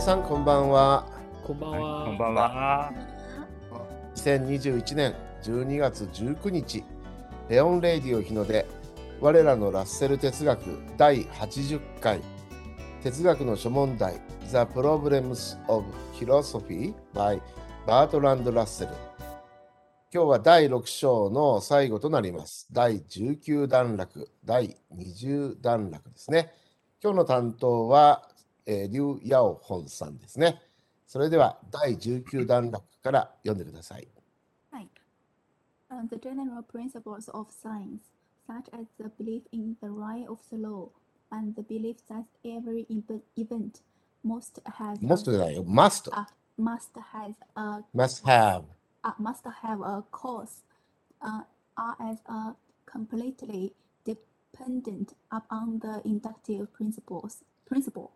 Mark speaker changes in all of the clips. Speaker 1: さんこんばんは
Speaker 2: こんばんは。
Speaker 3: こんばんは。
Speaker 1: 2021年12月19日レオンレイディオ日の出我らのラッセル哲学第80回哲学の諸問題 The Problems of Philosophy by バートランド・ラッセル今日は第6章の最後となります第19段落第20段落ですね今日の担当は、えー、リュウ・ヤオホンさんですねそれでは第19段落から読んでください
Speaker 4: Uh, the general principles of science, such as the belief in the right of the law and the belief that every ev- event must has a-
Speaker 1: must じゃないよ must
Speaker 4: must has a
Speaker 1: must have
Speaker 4: uh, must have a cause uh, are as a completely dependent upon the inductive principles principle,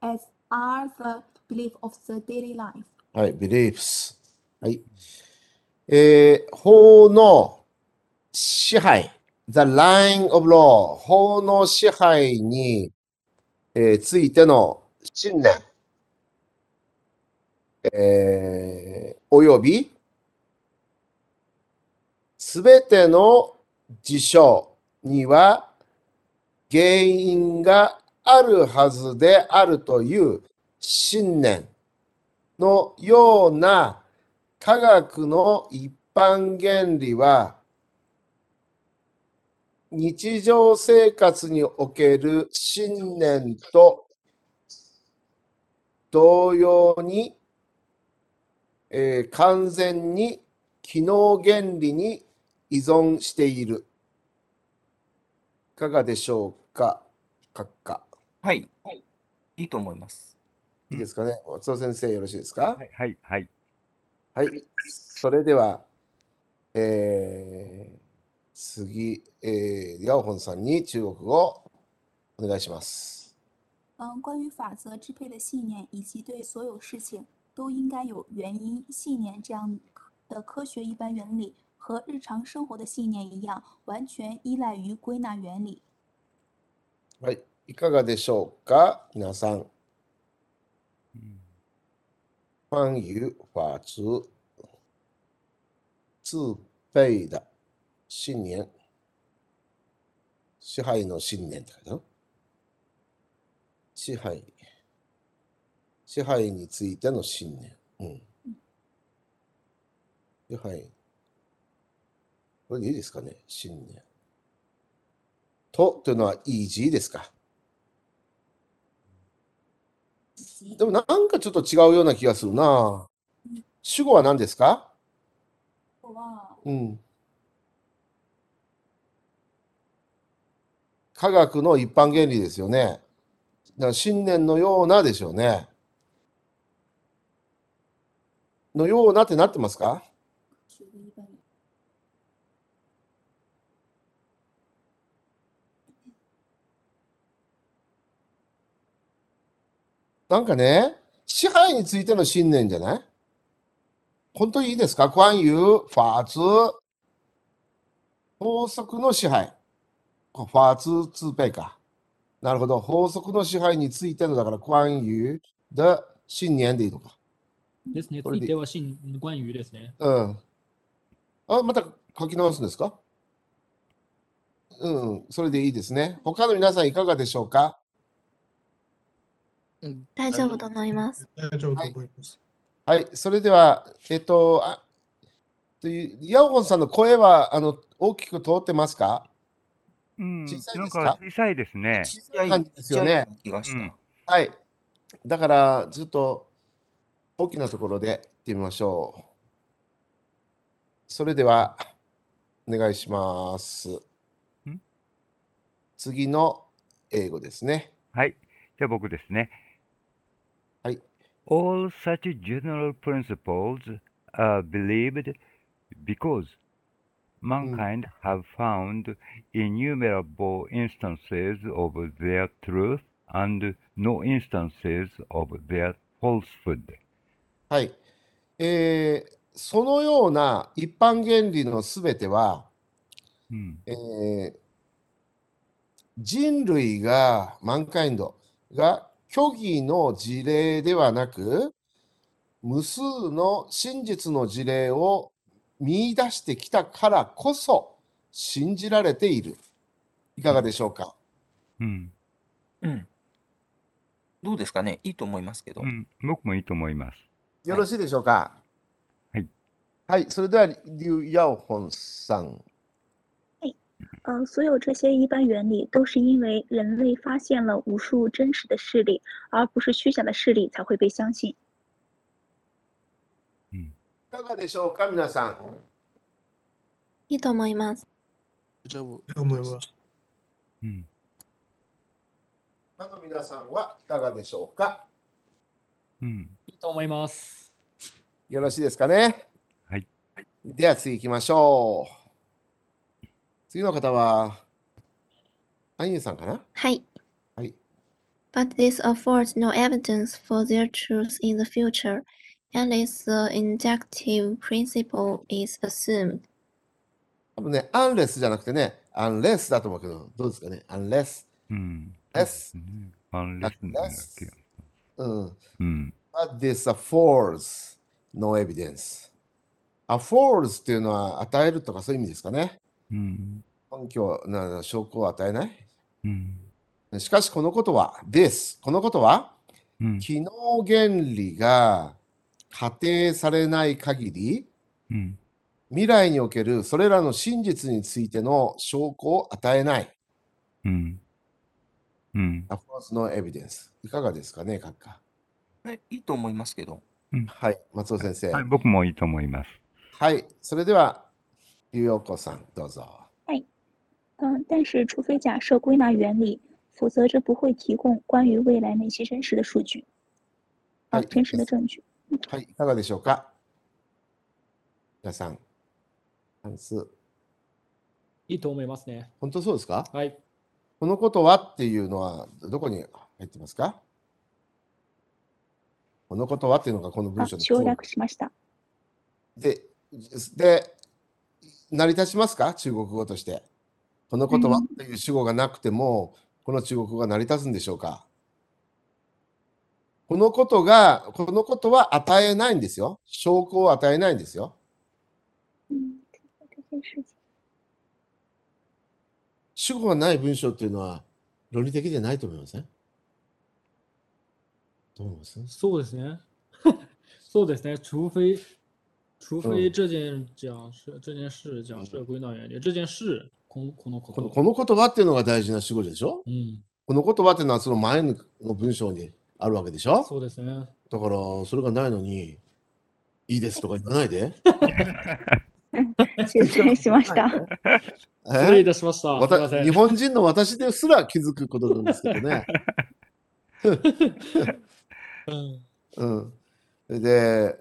Speaker 4: as are the belief of the daily life.
Speaker 1: はい、beliefs。はい。えー法の支配、the line of law、法の支配に、えーついての信念、えーおよび、すべての事象には原因があるはずであるという信念。のような科学の一般原理は日常生活における信念と同様に、えー完全に機能原理に依存している。いかがでしょうか閣下。
Speaker 3: はい。いいと思います。
Speaker 1: いいですかね松尾先生よろしいですか
Speaker 3: はい。はい。はい。
Speaker 1: はい、それでは、えー、次、えー、ヤオホンさんに中国語お願いします。
Speaker 4: 嗯，关于法则支配的信念，以及对所有事情都应该有原因信念这样科的科学一般原理，和日常生活的信念一样，完全依赖于归纳原理。
Speaker 1: はい、いかがでしょうか皆さ
Speaker 3: う
Speaker 1: ん、
Speaker 3: ん
Speaker 1: 关于法治自备的信念、支配の信念って書いてある支配、支配についての信念。うん。支配。これでいいですかね信念。とというのは easy ですかでもなんかちょっと違うような気がするな
Speaker 4: うん。
Speaker 1: 主語は何ですか
Speaker 4: 哇，
Speaker 1: うん。科学の一般原理ですよね。だから信念のようなでしょうね。のようなってなってますか
Speaker 4: 学的一般原理
Speaker 1: なんかね、支配についての信念じゃない本当にいいですか关于法治、法則の支配。こ法治自備か。なるほど。法則の支配についての、だから关于的信念でいいのか。
Speaker 2: ですね。
Speaker 1: これ
Speaker 2: つ
Speaker 1: で
Speaker 2: いては新冠宇ですね。
Speaker 1: うん。あ、また書き直すんですかうん、それでいいですね。他の皆さんいかがでしょうか
Speaker 5: 大丈夫と思います。
Speaker 6: 大丈夫と思います。
Speaker 1: はい、それでは、えっと、あ、という、ヤオホンさんの声は、あの、大きく通ってますか
Speaker 7: うん、
Speaker 1: 小さい
Speaker 7: な
Speaker 1: で
Speaker 7: ん
Speaker 1: すか
Speaker 7: か小さいですね。
Speaker 3: はい。
Speaker 1: 感じですよね。
Speaker 3: 気がし
Speaker 7: うん
Speaker 3: た。
Speaker 1: はい。だから、ちょっと、大きなところで行ってみましょう。それでは、お願いします。次の英語ですね。
Speaker 7: はい。じゃあ僕ですね。
Speaker 1: はい。
Speaker 7: All such general principles are believed because mankind have found innumerable instances of their truth and no instances of their falsehood.
Speaker 1: はい。えーそのような一般原理のすべては、
Speaker 7: うん、
Speaker 1: えー人類が、マンカインドが虚偽の事例ではなく、無数の真実の事例を見出してきたからこそ信じられている。いかがでしょうか、
Speaker 7: うん。
Speaker 8: うん。どうですかねいいと思いますけど。
Speaker 7: うん。僕もいいと思います。
Speaker 1: よろしいでしょうか
Speaker 7: はい。
Speaker 1: はい、それでは、劉耀本さん。
Speaker 4: 呃，所有这些一般原理都是因为人类发现了无数真实的事例，而不是虚假的事例才会被相信。
Speaker 1: いかがでしょうか皆さん。
Speaker 4: いいと思います。
Speaker 7: うん。
Speaker 1: 他の皆さんはいかがでしょうか
Speaker 7: うん。
Speaker 2: いいと思います。
Speaker 1: よろしいですかね
Speaker 7: はい。
Speaker 1: では次行きましょう。次の方は、アインさんかな
Speaker 4: はい。
Speaker 1: はい。
Speaker 4: But this affords no evidence for their truth in the future, unless the inductive principle is assumed.
Speaker 1: 多分ね、アンレスじゃなくてね、アンレスだと思うけど、どうですかねアンレス。
Speaker 7: うん。
Speaker 1: Yes.
Speaker 7: うん。あレッスンだっけ
Speaker 1: Yes. うん。
Speaker 7: うん。
Speaker 1: But this affords no evidence. affords っていうのは与えるとかそういう意味ですかね。
Speaker 7: うん。
Speaker 1: 根拠なな証拠を与えない。
Speaker 7: うん。
Speaker 1: しかしこのことは、this、このことは、
Speaker 7: うん。
Speaker 1: 機能原理が仮定されない限り、
Speaker 7: うん。
Speaker 1: 未来におけるそれらの真実についての証拠を与えない。
Speaker 7: うん。うん。
Speaker 1: アフォースのエビデンス。いかがですかね、閣下。
Speaker 8: えいいと思いますけど。
Speaker 1: はい、松尾先生。
Speaker 7: は、
Speaker 1: はいい、
Speaker 7: 僕もいいと思います。
Speaker 1: それでは、劉陽子さん、どうぞ。
Speaker 4: 嗯，但是除非假设归纳原理，否则这不会提供关于未来那些真实的数据，
Speaker 1: 啊
Speaker 4: 啊，
Speaker 1: 真
Speaker 4: 真
Speaker 1: 实
Speaker 4: 实
Speaker 1: 的
Speaker 4: 的证据。
Speaker 1: はい、いかがでしょうか皆さん、関数。
Speaker 2: いいと思いますね。
Speaker 1: 本当そうですか
Speaker 2: はい。
Speaker 1: このことはっていうのは、どこに入ってますかこのことはっていうのがこの文
Speaker 4: あ、
Speaker 1: 章で
Speaker 4: 省略しました。
Speaker 1: で、で、成り立ちますか中国語として。このことは
Speaker 4: うん
Speaker 1: という主語がなくても、この中国語が成り立つんでしょうかこのことが、このことは与えないんですよ。証拠を与えないんですよ。
Speaker 4: 嗯，这件事情。
Speaker 1: 主語がない文章っていうのは論理的じゃないと思いませんどう思います
Speaker 2: そうです ね。そうですね。除非除非这件讲是这件事讲是归纳原理，这件事このこのこ
Speaker 1: この
Speaker 2: と。
Speaker 1: この言葉っていうのが大事な主語でしょ
Speaker 2: うん。
Speaker 1: この言葉っていうのはその前の文章にあるわけでしょ
Speaker 2: そうですね。
Speaker 1: だからそれがないのにいいですとか言わない で。
Speaker 4: 失礼しました。
Speaker 2: 失礼いたしました。
Speaker 1: わ
Speaker 2: すみ
Speaker 1: た
Speaker 2: ませ
Speaker 1: 日
Speaker 2: ん。
Speaker 1: 本人の私ですら気づくことなんですけど ね。
Speaker 2: うん
Speaker 1: うん、で、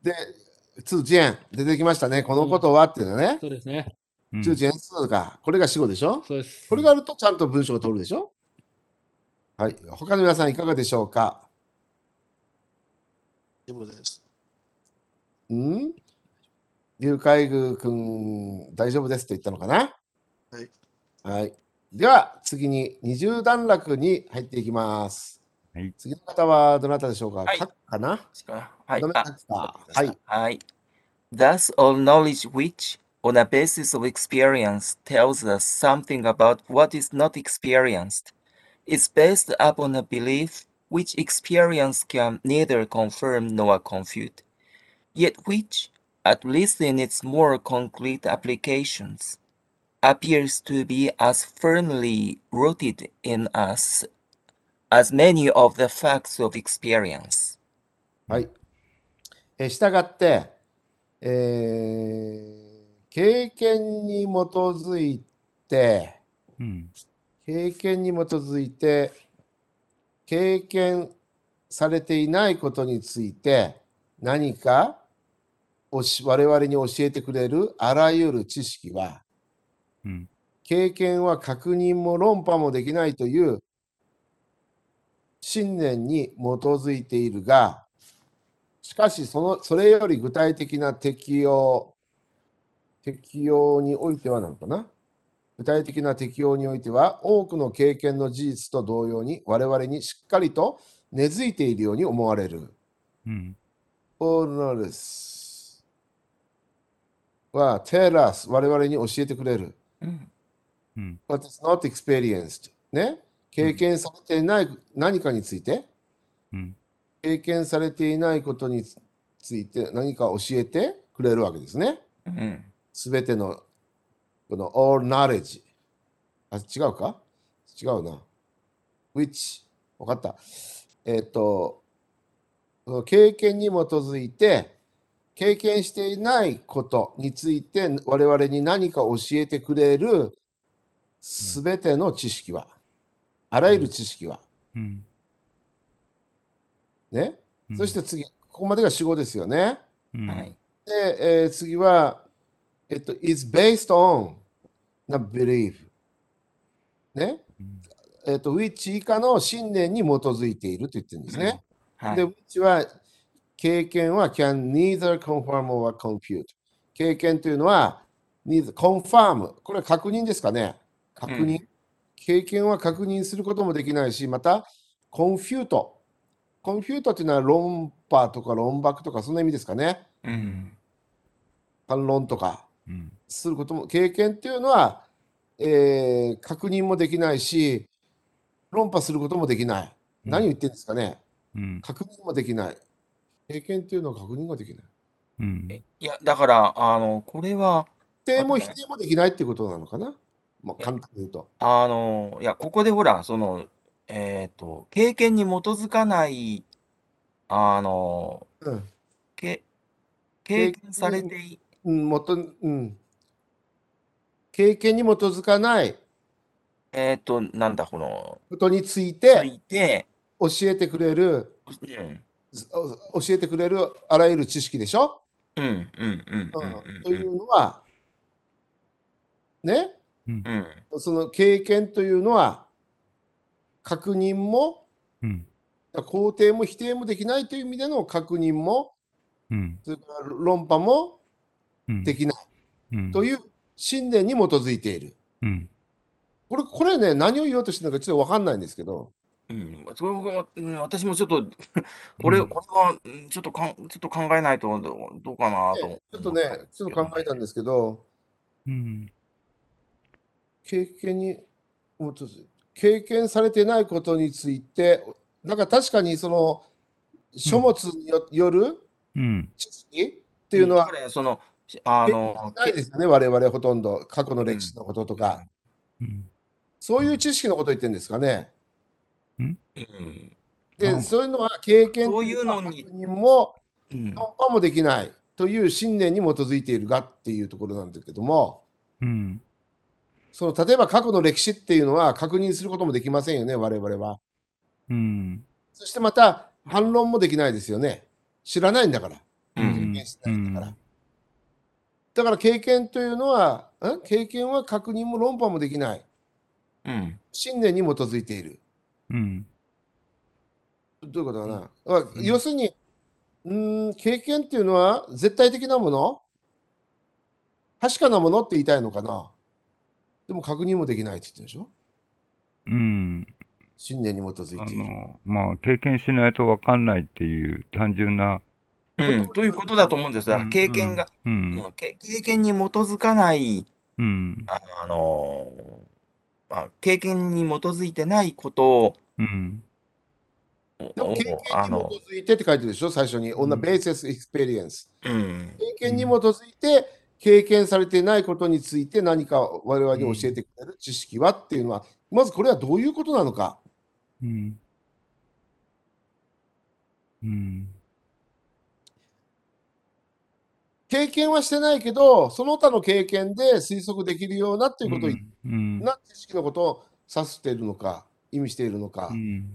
Speaker 1: で、通知円出てきましたね。このことはっていうのね。
Speaker 2: そうですね。
Speaker 7: うん
Speaker 1: 通知円数が、これが死語でしょ
Speaker 2: そうです。
Speaker 1: これがあるとちゃんと文章が通るでしょはい。他の皆さんいかがでしょうかうん劉海宮君、大丈夫ですと言ったのかなはい。はい。では、次に二重段落に入っていきます。
Speaker 7: はい
Speaker 1: 次の方はどなたでしょうか、
Speaker 8: はい
Speaker 1: かかな
Speaker 8: ですかはい
Speaker 1: ごめん。
Speaker 8: あ
Speaker 1: なさい
Speaker 8: はい。はい。Thus, all knowledge which, on a basis of experience, tells us something about what is not experienced, is based upon a belief which experience can neither confirm nor confute, yet which, at least in its more concrete applications, appears to be as firmly rooted in us as many of the facts of experience.
Speaker 1: はい。えしたがって、えー経験に基づいて、
Speaker 7: うん。
Speaker 1: 経験に基づいて、経験されていないことについて、何かおし我々に教えてくれるあらゆる知識は、
Speaker 7: うん。
Speaker 1: 経験は確認も論破もできないという信念に基づいているが、しかしその、それより具体的な適用、適用においてはなのかな具体的な適用においては、多くの経験の事実と同様に、我々にしっかりと根付いているように思われる。
Speaker 7: うん、
Speaker 1: all knowledge は tell us 我々に教えてくれる。
Speaker 8: うん、
Speaker 7: うん、
Speaker 1: But it's not experienced ね。経験されていない何かについて、
Speaker 7: うん、
Speaker 1: 経験されていないことについて何か教えてくれるわけですね。
Speaker 8: うん、
Speaker 1: すべてのこの all knowledge。あ、違うか違うな。which。わかった。えっ、と、その経験に基づいて、経験していないことについて我々に何か教えてくれるすべての知識は、あらゆる知識は、
Speaker 7: うん、
Speaker 1: ね。
Speaker 7: うん
Speaker 1: そして、次、ここまでが主語ですよね。
Speaker 7: うん、
Speaker 8: はい、
Speaker 1: で、えー次は、えっと、is based on the belief。ね。
Speaker 7: うん、
Speaker 1: えっと、which 以下の信念に基づいていると言ってるんですね。
Speaker 8: は
Speaker 1: で、
Speaker 8: い、
Speaker 1: which は、経験は can neither confirm or compute。経験というのは、neither confirm。これは確認ですかね。確認。
Speaker 8: う
Speaker 1: 経験は確認することもできないし、また、confute。confute というのは論破とか論駁とか、そんな意味ですかね。
Speaker 8: うん、
Speaker 1: 反論とか。
Speaker 7: うん、
Speaker 1: することも経験っていうのは、えー確認もできないし論破することもできない
Speaker 7: うん
Speaker 1: 何を言ってるんですかね、
Speaker 7: うん、
Speaker 1: 確認もできない経験っていうのは確認ができない
Speaker 7: うん、
Speaker 8: いや、だから、あの、これは、
Speaker 1: 否定も
Speaker 8: はい
Speaker 1: 否定もできないっていうことなのかな、まあ、簡単に言うと
Speaker 8: あの、いや、ここでほら、その、えっと、経験に基づかない、あの、
Speaker 1: うん、
Speaker 8: け、
Speaker 1: 経験
Speaker 8: 経験されてい、
Speaker 1: うんもとうん、経験に基づかない
Speaker 8: えっと、なんだ、この、
Speaker 1: ことについ
Speaker 8: つ
Speaker 1: て
Speaker 8: いて、
Speaker 1: 教えてくれる
Speaker 8: うん、
Speaker 1: ず教えてくれるあらゆる知識でしょ、
Speaker 8: うん、うん、うん、
Speaker 1: う、
Speaker 8: うんん、
Speaker 1: というのはね
Speaker 8: うん、うん、
Speaker 1: その経験というのは確認も
Speaker 7: うん、
Speaker 1: 肯定も否定もできないという意味での確認も
Speaker 7: うん、
Speaker 1: それから論破も
Speaker 7: うん、
Speaker 1: できない
Speaker 7: うん、
Speaker 1: という信念に基づいている。
Speaker 7: うん、
Speaker 1: これこれね何を言おうとしてるのかちょっと分かんないんですけど
Speaker 8: うん、それ僕もうん私もちょっと、これ、
Speaker 7: うん
Speaker 8: これは、うんちょっとかん、ちょっと考えないと、どうどうかなと思
Speaker 1: ちょっとね
Speaker 8: たんです
Speaker 1: ちょっ
Speaker 8: け
Speaker 1: と
Speaker 8: ど
Speaker 1: 考えたんですけど
Speaker 7: うん、
Speaker 1: 経験に基づい経験されてないことについてなんか確かにその書物によよる
Speaker 7: うん、
Speaker 1: 知識っていうのは
Speaker 8: だからその、しあの、
Speaker 1: ないですよね我々ほとんど過去の歴史のこととか。
Speaker 7: うん、
Speaker 1: そういう知識のことを言ってるんですかね。
Speaker 8: けうん
Speaker 1: で、
Speaker 7: うん
Speaker 1: そういうのは経験
Speaker 8: そういうのに
Speaker 1: 確認も
Speaker 8: うん
Speaker 1: 突破もできないという信念に基づいているがっていうところなんだけども、
Speaker 7: うん、
Speaker 1: その例えば過去の歴史っていうのは確認することもできませんよね、我々は。
Speaker 7: うん、
Speaker 1: そしてまた反論もできないですよね。知らないんだから。
Speaker 8: うん
Speaker 1: 経験してないんだから。だから経験というのは、ん経験は確認も論破もできない。
Speaker 8: うん
Speaker 1: 信念に基づいている。
Speaker 7: うん、
Speaker 1: どういうことかな、まあ要するに、うーん、経験っていうのは絶対的なもの確かなものって言いたいのかなでも確認もできないって言ってるでしょ
Speaker 7: うん、
Speaker 1: 信念に基づい
Speaker 7: あ
Speaker 1: ている。
Speaker 7: の、まあ、経験しないとわかんないっていう単純な、
Speaker 8: うんということだと思うんです。だから経験が、
Speaker 7: う、
Speaker 8: うんんけ経験に基づかない、
Speaker 7: うん、
Speaker 8: ああの、まあ、経験に基づいてないこと
Speaker 7: うん、
Speaker 8: を、
Speaker 1: でも経験に
Speaker 8: をあの、
Speaker 1: 基づいてって書いてるでしょ最初に。
Speaker 7: ん
Speaker 1: On the basis experience。
Speaker 8: うん、
Speaker 1: 経験に基づいて、経験されていないことについて何か我々に教えてくれる知識はっていうのは、まずこれはどういうことなのか。
Speaker 7: うん、うん、
Speaker 1: 経験はしてないけど、その他の経験で推測できるようなっていうことを言ってる
Speaker 7: うん、
Speaker 1: な知識のことを指しているのか、意味しているのか
Speaker 7: う、ん、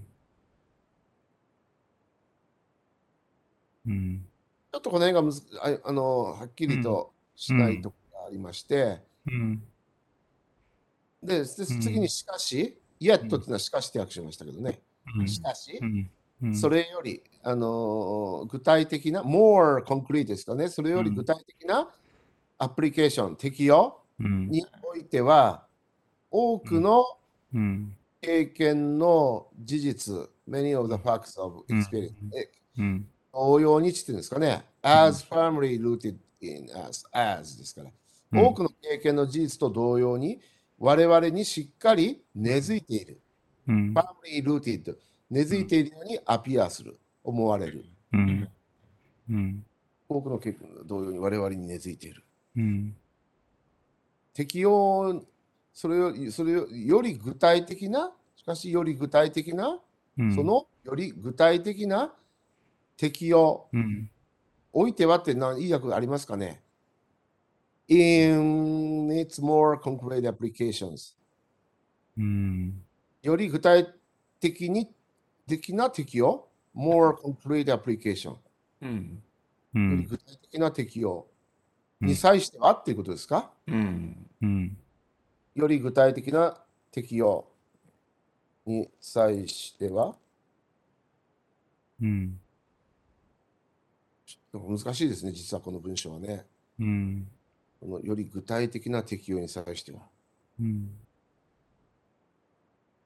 Speaker 7: うん、
Speaker 1: ちょっとこの辺がむずああのはっきりとしないところがありまして、
Speaker 7: うん、
Speaker 1: でで次にしかし、やっとっていうのはしかしって訳しましたけどね、しかし、
Speaker 7: うん、
Speaker 1: それより、あのー具体的な、more concrete ですかね、それより具体的なアプリケーション、適用
Speaker 7: うん、
Speaker 1: においては、多くの
Speaker 7: うん。
Speaker 1: 経験の事実、many of the facts of experience、え
Speaker 7: うん。
Speaker 1: 応用にちっていうんですかね。as firmly rooted in us, as ですから。
Speaker 7: うん
Speaker 1: 多くの経験の事実と同様に、我々にしっかり根付いている。
Speaker 7: うん。
Speaker 1: firmly rooted。根付いているようにアピアする。思われる。
Speaker 7: うん。うん。
Speaker 1: 多くの経験と同様に我々に根付いている。
Speaker 7: うん。
Speaker 1: 適用、それよりそれより具体的な、しかしより具体的な、
Speaker 7: うん。
Speaker 1: そ、のより具体的な適用、
Speaker 7: うん。
Speaker 1: おいてはって何いい訳ありますかね ?in its more concrete applications
Speaker 7: うん。
Speaker 1: より具体的に的な適用 more concrete application よ
Speaker 8: うん。
Speaker 7: う
Speaker 1: り
Speaker 7: ん。
Speaker 1: 具体的な適用
Speaker 7: うん
Speaker 1: に際してはっていうことですか
Speaker 8: うん。
Speaker 7: うん。
Speaker 1: より具体的な適用に際しては
Speaker 7: うん。
Speaker 1: 難しいですね実はこの文章はね
Speaker 7: うん。
Speaker 1: このより具体的な適用に際しては
Speaker 7: うん。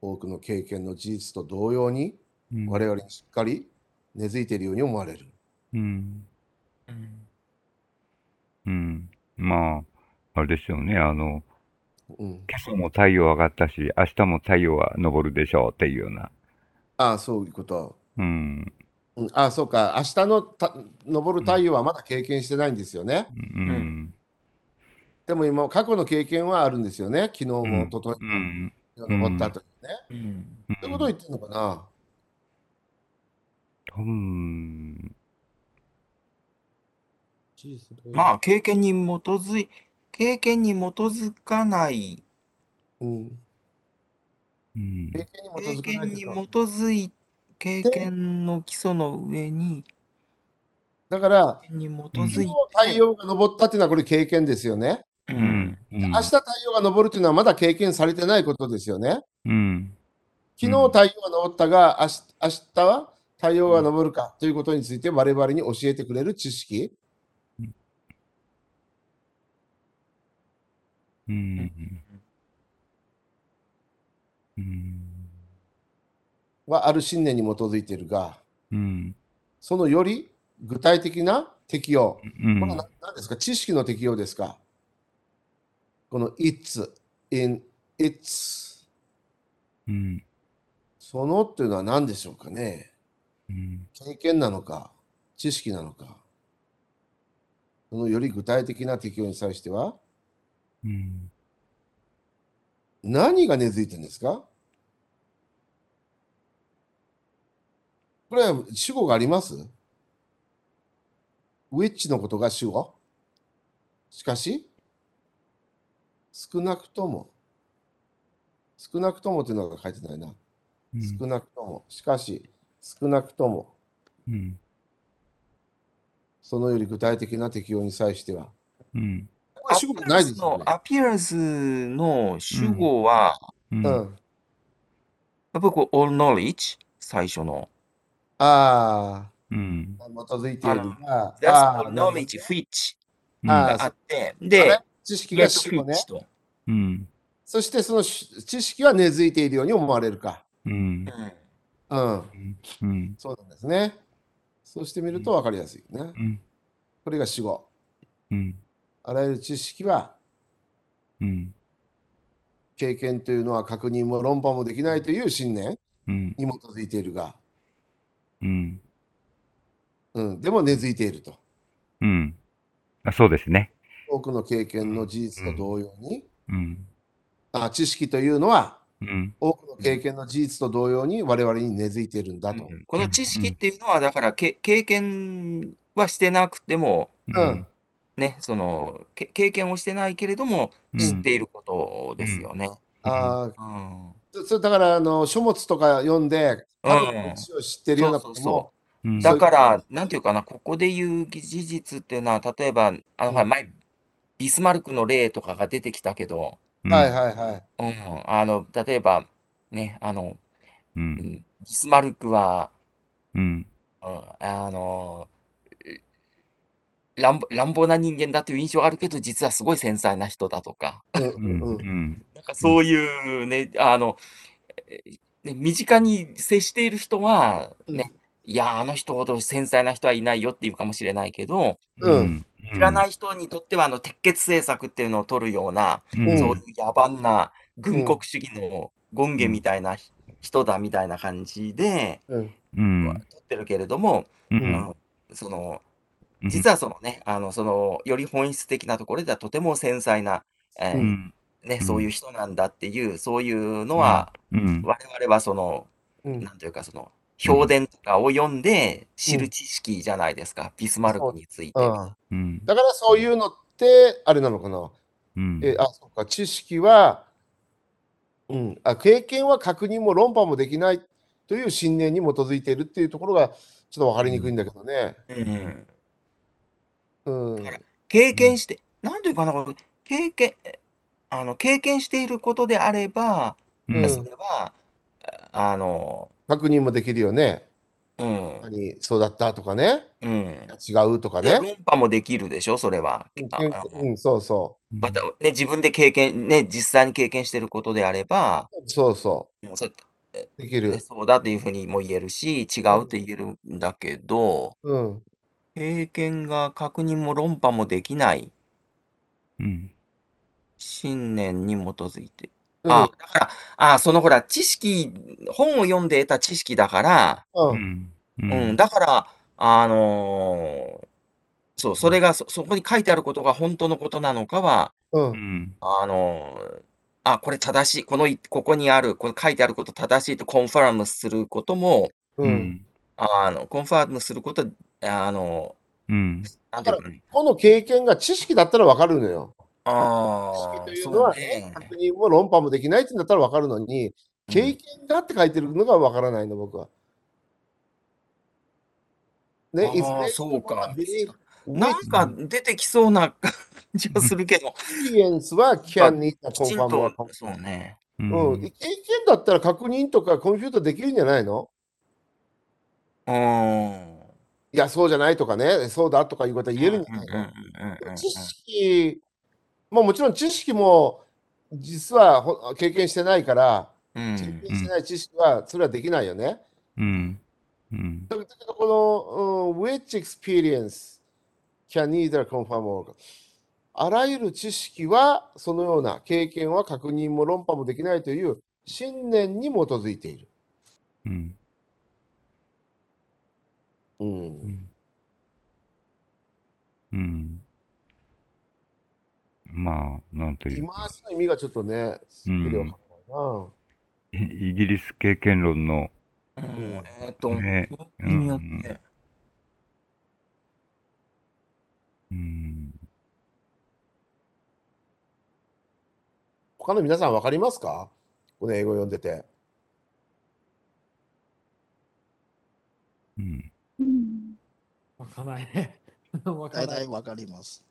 Speaker 1: 多くの経験の事実と同様に
Speaker 7: うん。
Speaker 1: 我々にしっかり根付いているように思われる。
Speaker 7: うん。
Speaker 8: うん。
Speaker 7: うん。まあ、あれですよね。あの、
Speaker 1: うん、
Speaker 7: 今朝も太陽上がったし、明日も太陽は昇るでしょうっていうような。
Speaker 1: ああ、そういうこと。
Speaker 7: うん。
Speaker 1: うん、ああ、そうか。明日のた昇る太陽はまだ経験してないんですよね。
Speaker 7: うん。
Speaker 1: でも今、過去の経験はあるんですよね。昨日
Speaker 7: う
Speaker 1: も
Speaker 7: ん
Speaker 1: 一昨
Speaker 7: う
Speaker 1: 日も
Speaker 7: ん。
Speaker 1: 登った後にね。
Speaker 8: うん。
Speaker 1: ってことを言ってるのかな。
Speaker 7: 多分、
Speaker 2: 事実と
Speaker 8: まあ、経験に基づい、経験に基づかない、
Speaker 1: うん、
Speaker 7: うん。
Speaker 1: 経験に基
Speaker 8: 経
Speaker 1: づか
Speaker 8: 験
Speaker 1: ない
Speaker 8: に基
Speaker 1: けど
Speaker 8: づい、経験の基礎の上に、
Speaker 1: だから、
Speaker 8: 経験に
Speaker 7: う
Speaker 8: 基
Speaker 7: ん
Speaker 1: 昨
Speaker 8: づい
Speaker 1: 日太陽が昇ったっていうのはこれ経験ですよね。
Speaker 8: て、
Speaker 7: うん。うん
Speaker 1: 明日太陽が昇るっていうのはまだ経験されてないことですよね。
Speaker 7: うん。
Speaker 1: 昨日太陽が昇ったが、明日明日は太陽が昇るかということについて我々に教えてくれる知識。
Speaker 7: うん。うん。
Speaker 1: はある信念に基づいているが、
Speaker 7: うん。
Speaker 1: そのより具体的な適用。
Speaker 7: うん
Speaker 1: これは何ですか知識の適用ですかこの it's, in, it's,
Speaker 7: うん。
Speaker 1: そのっていうのは何でしょうかね
Speaker 7: うん。
Speaker 1: 経験なのか知識なのかそのより具体的な適用に際しては
Speaker 7: うん。
Speaker 1: 何が根付いてるんですかこれは主語があります ?which のことが主語しかし、少なくとも、少なくともというのが書いてないな。少なくとも、しかし、少なくとも、
Speaker 7: うん。
Speaker 1: そのより具体的な適用に際しては。
Speaker 7: うん。
Speaker 1: これ主語がないですよね。
Speaker 8: アピアランスのアピアランスの主語は、
Speaker 7: う。
Speaker 1: うんん。
Speaker 8: やっぱりこう、all knowledge、最初の。
Speaker 1: あ
Speaker 7: うん。
Speaker 1: あ、基づいているが、
Speaker 8: that's
Speaker 1: あ
Speaker 8: all
Speaker 1: ー
Speaker 8: knowledge, which
Speaker 1: あ
Speaker 8: があって、
Speaker 1: あれ
Speaker 8: で、
Speaker 1: 知識が
Speaker 8: get
Speaker 1: 主語ね。
Speaker 8: which と。
Speaker 7: うん。
Speaker 1: そしてそのし知識は根付いているように思われるか。
Speaker 7: うん。
Speaker 8: うん
Speaker 1: うん、
Speaker 7: うん。
Speaker 1: そうなんですね。そうしてみると分かりやすいね。
Speaker 7: うん。
Speaker 1: これが死語。
Speaker 7: うん。
Speaker 1: あらゆる知識は
Speaker 7: うん。
Speaker 1: 経験というのは確認も論破もできないという信念
Speaker 7: う
Speaker 1: に
Speaker 7: ん。
Speaker 1: 基づいているが、
Speaker 7: うん。
Speaker 1: うん、でも根付いていると。
Speaker 7: うん。あ、そうですね。
Speaker 1: 多くの経験の事実と同様に、
Speaker 7: うん。
Speaker 1: あ知識というのは
Speaker 7: うん。
Speaker 1: 多くの経験の事実と同様に我々に根付いているんだと。
Speaker 8: この知識っていうのは、だからけ経験はしてなくても、
Speaker 1: うん。
Speaker 8: ね、そのけ経験をしてないけれども、
Speaker 7: うん
Speaker 8: 知っていることですよね。
Speaker 1: あー
Speaker 8: うん
Speaker 1: そそれだからあの書物とか読んで、過去の歴史を知っているようなこと
Speaker 8: そうそうそう
Speaker 1: も、
Speaker 7: うん。
Speaker 8: だから、なんていうかな、ここで言う事実っていうのは、例えば、あの、
Speaker 1: うん
Speaker 8: ほら前、ビスマルクの例とかが出てきたけど、
Speaker 1: はいはいはい。
Speaker 8: うん、あの、例えば、ね、あの、
Speaker 7: う。
Speaker 8: うんんビスマルクは、
Speaker 7: うん。
Speaker 8: うんあの、乱暴乱暴な人間だという印象はあるけど、実はすごい繊細な人だとか、
Speaker 1: うん
Speaker 7: う
Speaker 1: うん
Speaker 7: ん、
Speaker 1: うん
Speaker 7: うん、
Speaker 8: なんかそういうね、あの、えーね、身近に接している人は、ね、いやー、あの人ほど繊細な人はいないよっていうかもしれないけど、
Speaker 1: うん
Speaker 7: うん、
Speaker 8: 知らない人にとっては、あの、鉄血政策っていうのを取るような、
Speaker 7: うん、
Speaker 8: そういう野蛮な軍国主義の権下みたいなひ人だみたいな感じで
Speaker 1: うん
Speaker 7: うん、
Speaker 8: 取ってるけれども、
Speaker 7: う
Speaker 8: あ
Speaker 7: ん、
Speaker 8: のその
Speaker 7: うん
Speaker 8: 実はそのね、あのそのより本質的なところではとても繊細な、えー
Speaker 7: うん、
Speaker 8: ね、
Speaker 7: うん
Speaker 8: そういう人なんだっていう、そういうのは、
Speaker 7: うん、
Speaker 8: 我々はその、
Speaker 1: うん
Speaker 8: なんというか、その、評伝とかを読んで知る知識じゃないですか、ビスマルクについて。
Speaker 1: うん
Speaker 7: うん、
Speaker 1: だからそういうのってあれなのかな
Speaker 7: うん、
Speaker 1: えあそうか知識は、うん、あ経験は確認も論破もできないという信念に基づいているっていうところがちょっと分かりにくいんだけどね。
Speaker 8: うん
Speaker 1: うん
Speaker 8: だから経験して、なんていうかな、これ経験、あの、経験していることであれば、
Speaker 7: うん
Speaker 8: それは、あの、
Speaker 1: 確認もできるよね。
Speaker 8: うん、
Speaker 1: 何そうだったとかね。
Speaker 8: うん。
Speaker 1: 違うとか
Speaker 8: で
Speaker 1: ね。
Speaker 8: 論破もできるでしょ、それは。ああの
Speaker 1: うん、そうそ
Speaker 8: また、ね、自分で経験、ね、実際に経験していることであれば、
Speaker 1: う。そうそ
Speaker 8: もうそれ
Speaker 1: う。でき
Speaker 8: で
Speaker 1: る。
Speaker 8: そうだっていうふうにも言えるし、違うって言えるんだけど、
Speaker 1: うん。
Speaker 8: 経験が確認も論破もできない
Speaker 7: うん、
Speaker 8: 信念に基づいて。
Speaker 1: うん
Speaker 8: あ、だから、あ、そのほら、知識、本を読んで得た知識だから、
Speaker 1: う。
Speaker 7: うんん、
Speaker 8: うん、だから、あのーそう、それがそ、そこに書いてあることが本当のことなのかは、
Speaker 1: うん。
Speaker 7: うん、
Speaker 8: あのーあ、これ正しい、このい、ここにある、これ書いてあること正しいとコンファームすることも、
Speaker 1: う。
Speaker 7: うんん、
Speaker 8: あの、コンファームすること、あの、
Speaker 7: うん、
Speaker 8: なんていうかね。
Speaker 1: この経験が知識だったら分かるのよ。知
Speaker 8: あ
Speaker 1: 識
Speaker 8: あ
Speaker 1: と
Speaker 8: ー、
Speaker 1: いうの
Speaker 8: そう
Speaker 1: は
Speaker 8: ね
Speaker 1: ね、。確認も論破もできないってんだったら分かるのに、経験がって書いてるのがわからないの、僕は。ね、
Speaker 8: あーそうか
Speaker 1: ビリ
Speaker 8: うんなんか出てきそうな感じはするけど、
Speaker 1: エンスはキャンにコン
Speaker 8: きちん
Speaker 1: ファームは
Speaker 8: と
Speaker 1: コン、
Speaker 8: そうね。
Speaker 7: う
Speaker 1: うん、経験
Speaker 7: ん、
Speaker 1: だったら確認とかコンピューターできるんじゃないの
Speaker 8: うーん。
Speaker 1: いや、そうじゃないとかね、そうだとかいうことは言えるんじゃないの、
Speaker 8: うんうんうんうんうん
Speaker 1: 知識、まあもちろん知識も実はほ経験してないから、
Speaker 8: うん
Speaker 1: 経験してない知識はそれはできないよね。
Speaker 7: うん、うん、
Speaker 1: だけどこの、うん、which experience can neither confirm or あらゆる知識はそのような経験は確認も論破もできないという信念に基づいている。
Speaker 7: うん、
Speaker 1: うん。
Speaker 7: うん。まあ、なんという
Speaker 1: 今
Speaker 7: か、
Speaker 1: すの意味がちょっとね、すっきりわか
Speaker 7: イギリス経験論の、
Speaker 8: うんえっと、
Speaker 7: ね
Speaker 8: 意味によって、
Speaker 7: うん、
Speaker 1: 他の皆さんわかりますかこの英語読んでて。
Speaker 7: うん、
Speaker 4: 嗯，
Speaker 2: わかんないね。 わか
Speaker 9: 大
Speaker 2: んない
Speaker 9: 体。わかります。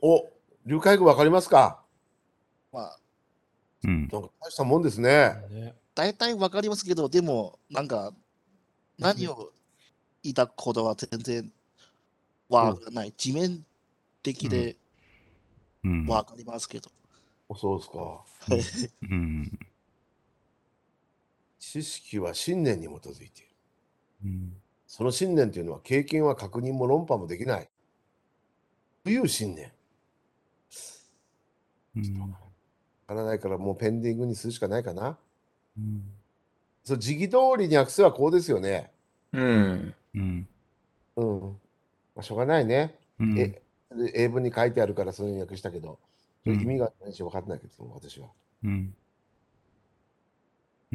Speaker 1: お、劉海軍わかりますか
Speaker 9: まあ、
Speaker 7: うん、
Speaker 1: なんか大したもんですね。
Speaker 2: ね
Speaker 9: 大体わかりますけど、でも、なんか、何を言いたことは全然わからない。地面的で
Speaker 7: うん、
Speaker 9: わかりますけど。
Speaker 1: おそうですか。
Speaker 7: うん、
Speaker 1: 知識は信念に基づいている。
Speaker 7: うん、
Speaker 1: その信念というのは経験は確認も論破もできない。という信念。
Speaker 7: うん、
Speaker 1: わからないからもうペンディングにするしかないかな。
Speaker 7: うん、
Speaker 1: そう、時期通りに訳すはこうですよね。
Speaker 8: うん。
Speaker 7: うん、
Speaker 1: うん。まあ、しょうがないね。
Speaker 7: うん、
Speaker 1: えで英文に書いてあるからそれに訳したけど、それ意味が何し分かんないけど、私は。
Speaker 7: うん、う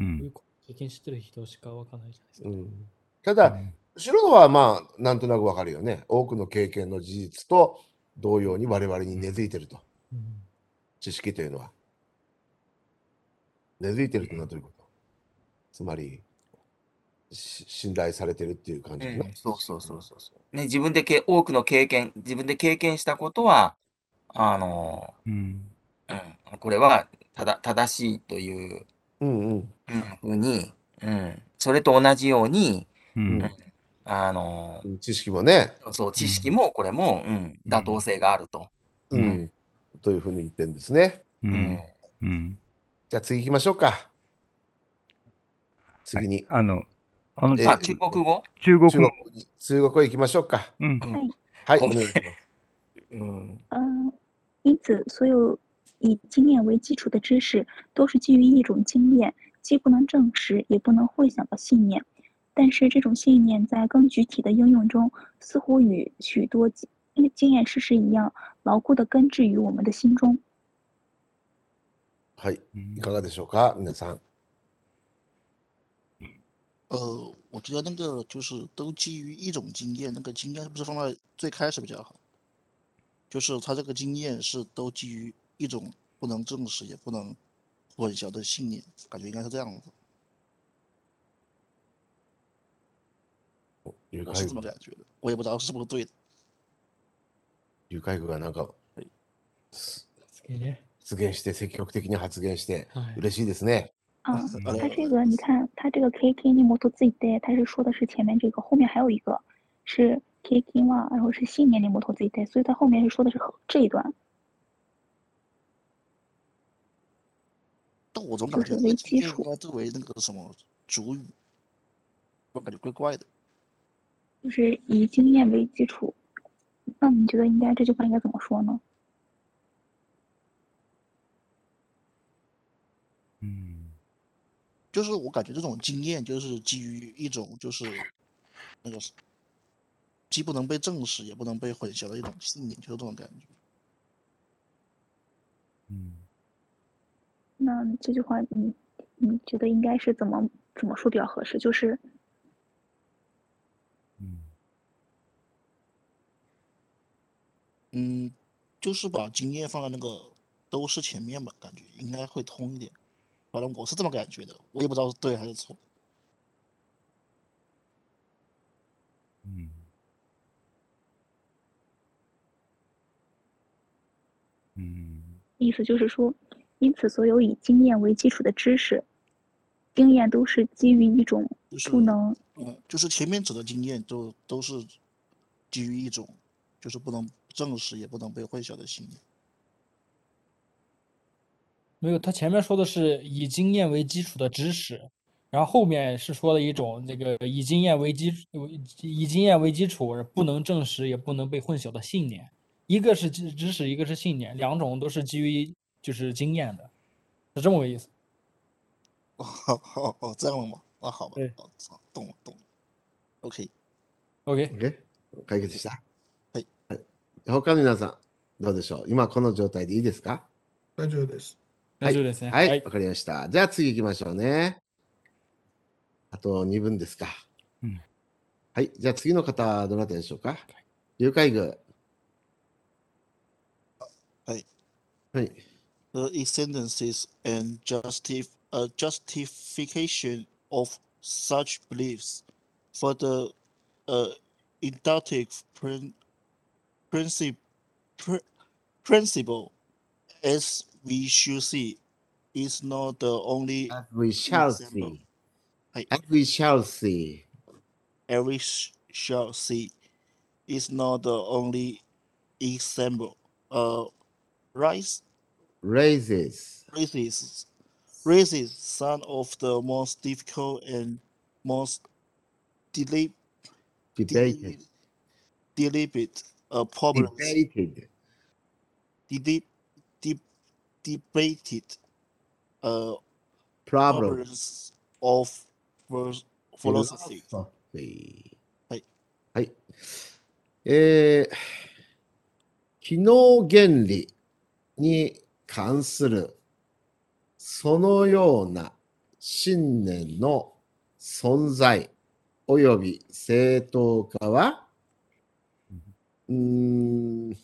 Speaker 2: こうい
Speaker 7: ん、
Speaker 2: う経験してる人しかわかんないじゃないです
Speaker 1: う
Speaker 2: か。
Speaker 1: ん、ただ、後ろのはまあ、なんとなくわかるよね。多くの経験の事実と同様に我々に根付いてると。
Speaker 2: うん
Speaker 1: 知識というのは。根付いてるってのはどういうことつまり、し信頼されてるっていう感じかな。
Speaker 8: そうそうそうそうそう。ね、自分でけ多くの経験、自分で経験したことは、あの、
Speaker 7: うん、
Speaker 8: うん、これはただ正しいという
Speaker 1: うんうん。
Speaker 8: うんふうに、うん、それと同じように、
Speaker 7: うん、
Speaker 8: あの、
Speaker 1: 知識もね、
Speaker 8: そう、知識もこれも、うん、妥当性があると。
Speaker 1: うん
Speaker 8: うん
Speaker 1: というふうに言ってるんですね。
Speaker 7: う。
Speaker 8: うん
Speaker 7: うん。
Speaker 1: じゃあ次行きましょうか。次に、
Speaker 7: あの、あの、
Speaker 1: え
Speaker 8: んあ、中国語
Speaker 7: 中国
Speaker 1: 中国
Speaker 7: 語。
Speaker 1: に中国へ行きましょうか。
Speaker 7: うん。
Speaker 1: はい、
Speaker 8: ご
Speaker 1: お
Speaker 8: めん
Speaker 1: 願いします。
Speaker 8: うん。
Speaker 4: 嗯，因此，所有以经验为基础的知识都是基于一种经验，既不能证实，也不能幻想的信念。但是，这种信念在更具体的应用中，似乎与许多经经验事实一样，牢固地根植于我们的心中。
Speaker 1: はい、
Speaker 7: うん
Speaker 1: いかがでしょうか、皆さん。
Speaker 9: 呃，我觉得那个就是都基于一种经验，那个经验是不是放在最开始比较好？就是他这个经验是都基于一种不能证实也不能混淆的信念，感觉应该是这样子，
Speaker 1: 誘
Speaker 9: 我是
Speaker 1: 拐
Speaker 9: 这么
Speaker 1: 具、
Speaker 9: 感觉的。我也不知道是不是对的。
Speaker 1: 誘拐具がなんか
Speaker 2: 给您
Speaker 1: 出現して、積極的に発言して、
Speaker 2: 哎，
Speaker 1: 嬉しいですね。
Speaker 4: 啊，
Speaker 9: 呃
Speaker 4: 它这个你看，它这个 K K 你摩托自己的，它是说的是前面这个，后面还有一个是 K K 哇，然后是信念你摩托自己的，所以它后面是说的是和这一段，
Speaker 9: 但我总
Speaker 4: 就
Speaker 9: 感觉
Speaker 4: 是
Speaker 9: 那
Speaker 4: 为
Speaker 9: 个
Speaker 4: 基
Speaker 9: 经验
Speaker 4: 础
Speaker 9: 应该作为那个什么主语，我感觉怪怪的。
Speaker 4: 就是以经验为基础。那你觉得应该这句话应该怎么说呢？
Speaker 7: うん。
Speaker 9: 就是我感觉这种经验就是基于一种就是那个既不能被证实也不能被混淆的一种信念，就是这种感觉。
Speaker 7: うん。
Speaker 4: 那这句话你你觉得应该是怎么怎么说比较合适？就是
Speaker 7: うん。
Speaker 9: 嗯，就是把经验放在那个都是前面吧，感觉应该会通一点。反正我是这么感觉的，我也不知道是对还是错。
Speaker 7: うん。うん。
Speaker 4: 意思就是说，因此所有以经验为基础的知识，经验都是基于一种
Speaker 9: 就是
Speaker 4: 不能
Speaker 9: 嗯，就是前面指的经验都都是基于一种就是不能证实也不能被混淆的信念。
Speaker 2: 没有，他前面说的是以经验为基础的知识，然后后面是说的一种那个以经验为基为以经验为基础，不能证实也不能被混淆的信念。一个是知知识，一个是信念，两种都是基于就是经验的，是这么个意思。
Speaker 9: 哦哦哦，这样了吗？那好吧
Speaker 2: 对，
Speaker 9: 哦操懂了懂了。OK，
Speaker 2: OK，
Speaker 1: 解決した。
Speaker 9: はい。
Speaker 1: 他の皆さん、どうでしょう今この状態でいいですか
Speaker 10: 大丈夫です。
Speaker 1: 哎
Speaker 2: 那就哎ですね。
Speaker 1: はい、わ、
Speaker 2: はい
Speaker 1: かりました。じゃあ次行きましょうね。あと2分ですか。
Speaker 7: うん
Speaker 1: はい、じゃあ次の方、どなたでしょうか誘拐具。
Speaker 9: はい。
Speaker 1: はい。
Speaker 9: the instances and justif uh, justification of such beliefs for the uh, inductive prin- princip- pr- principle, as we should see, is not the only
Speaker 1: As we shall
Speaker 9: example.
Speaker 1: see.
Speaker 9: はい
Speaker 1: As we shall see.
Speaker 9: every sh- shall see is not the only example. Uh, rice
Speaker 1: Raises.
Speaker 9: raises raises some of the most difficult and most deli-
Speaker 1: Debated.
Speaker 9: deliberate uh, problems
Speaker 1: Debated.
Speaker 9: deli- de- debated uh,
Speaker 1: Problem.
Speaker 9: problems of phil- philosophy.
Speaker 1: philosophy
Speaker 9: はい。
Speaker 1: はい。えー、機能原理に関するそのような信念の存在及び正当化は、うーん、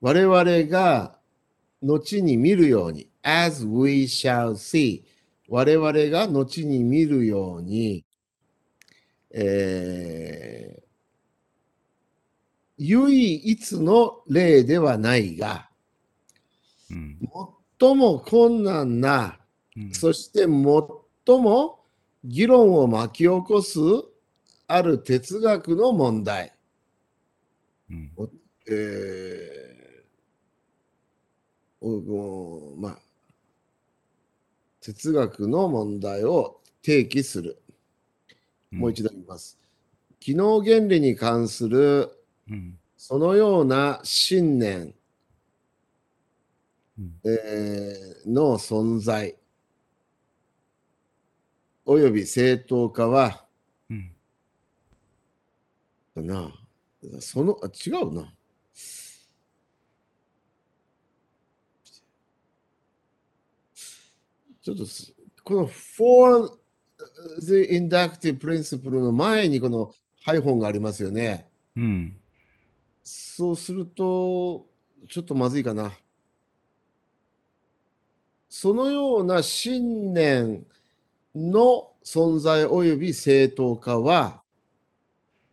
Speaker 1: 我々が後に見るように、as we shall see 我々が後に見るように、えー唯一の例ではないが、
Speaker 7: うん。
Speaker 1: 最も困難な、
Speaker 7: うん
Speaker 1: そして最も議論を巻き起こすある哲学の問題、
Speaker 7: うん
Speaker 1: えーおおまあ、哲学の問題を提起する。
Speaker 7: うん
Speaker 1: もう一度言います。機能原理に関する
Speaker 7: うん
Speaker 1: そのような信念、
Speaker 7: うん
Speaker 1: えーの存在および正当化は
Speaker 7: うん
Speaker 1: だなそのあ違うなちょっとすこの for the inductive principle の前にこのハイフォンがありますよね
Speaker 7: うん
Speaker 1: そうするとちょっとまずいかなそのような信念の存在及び正当化は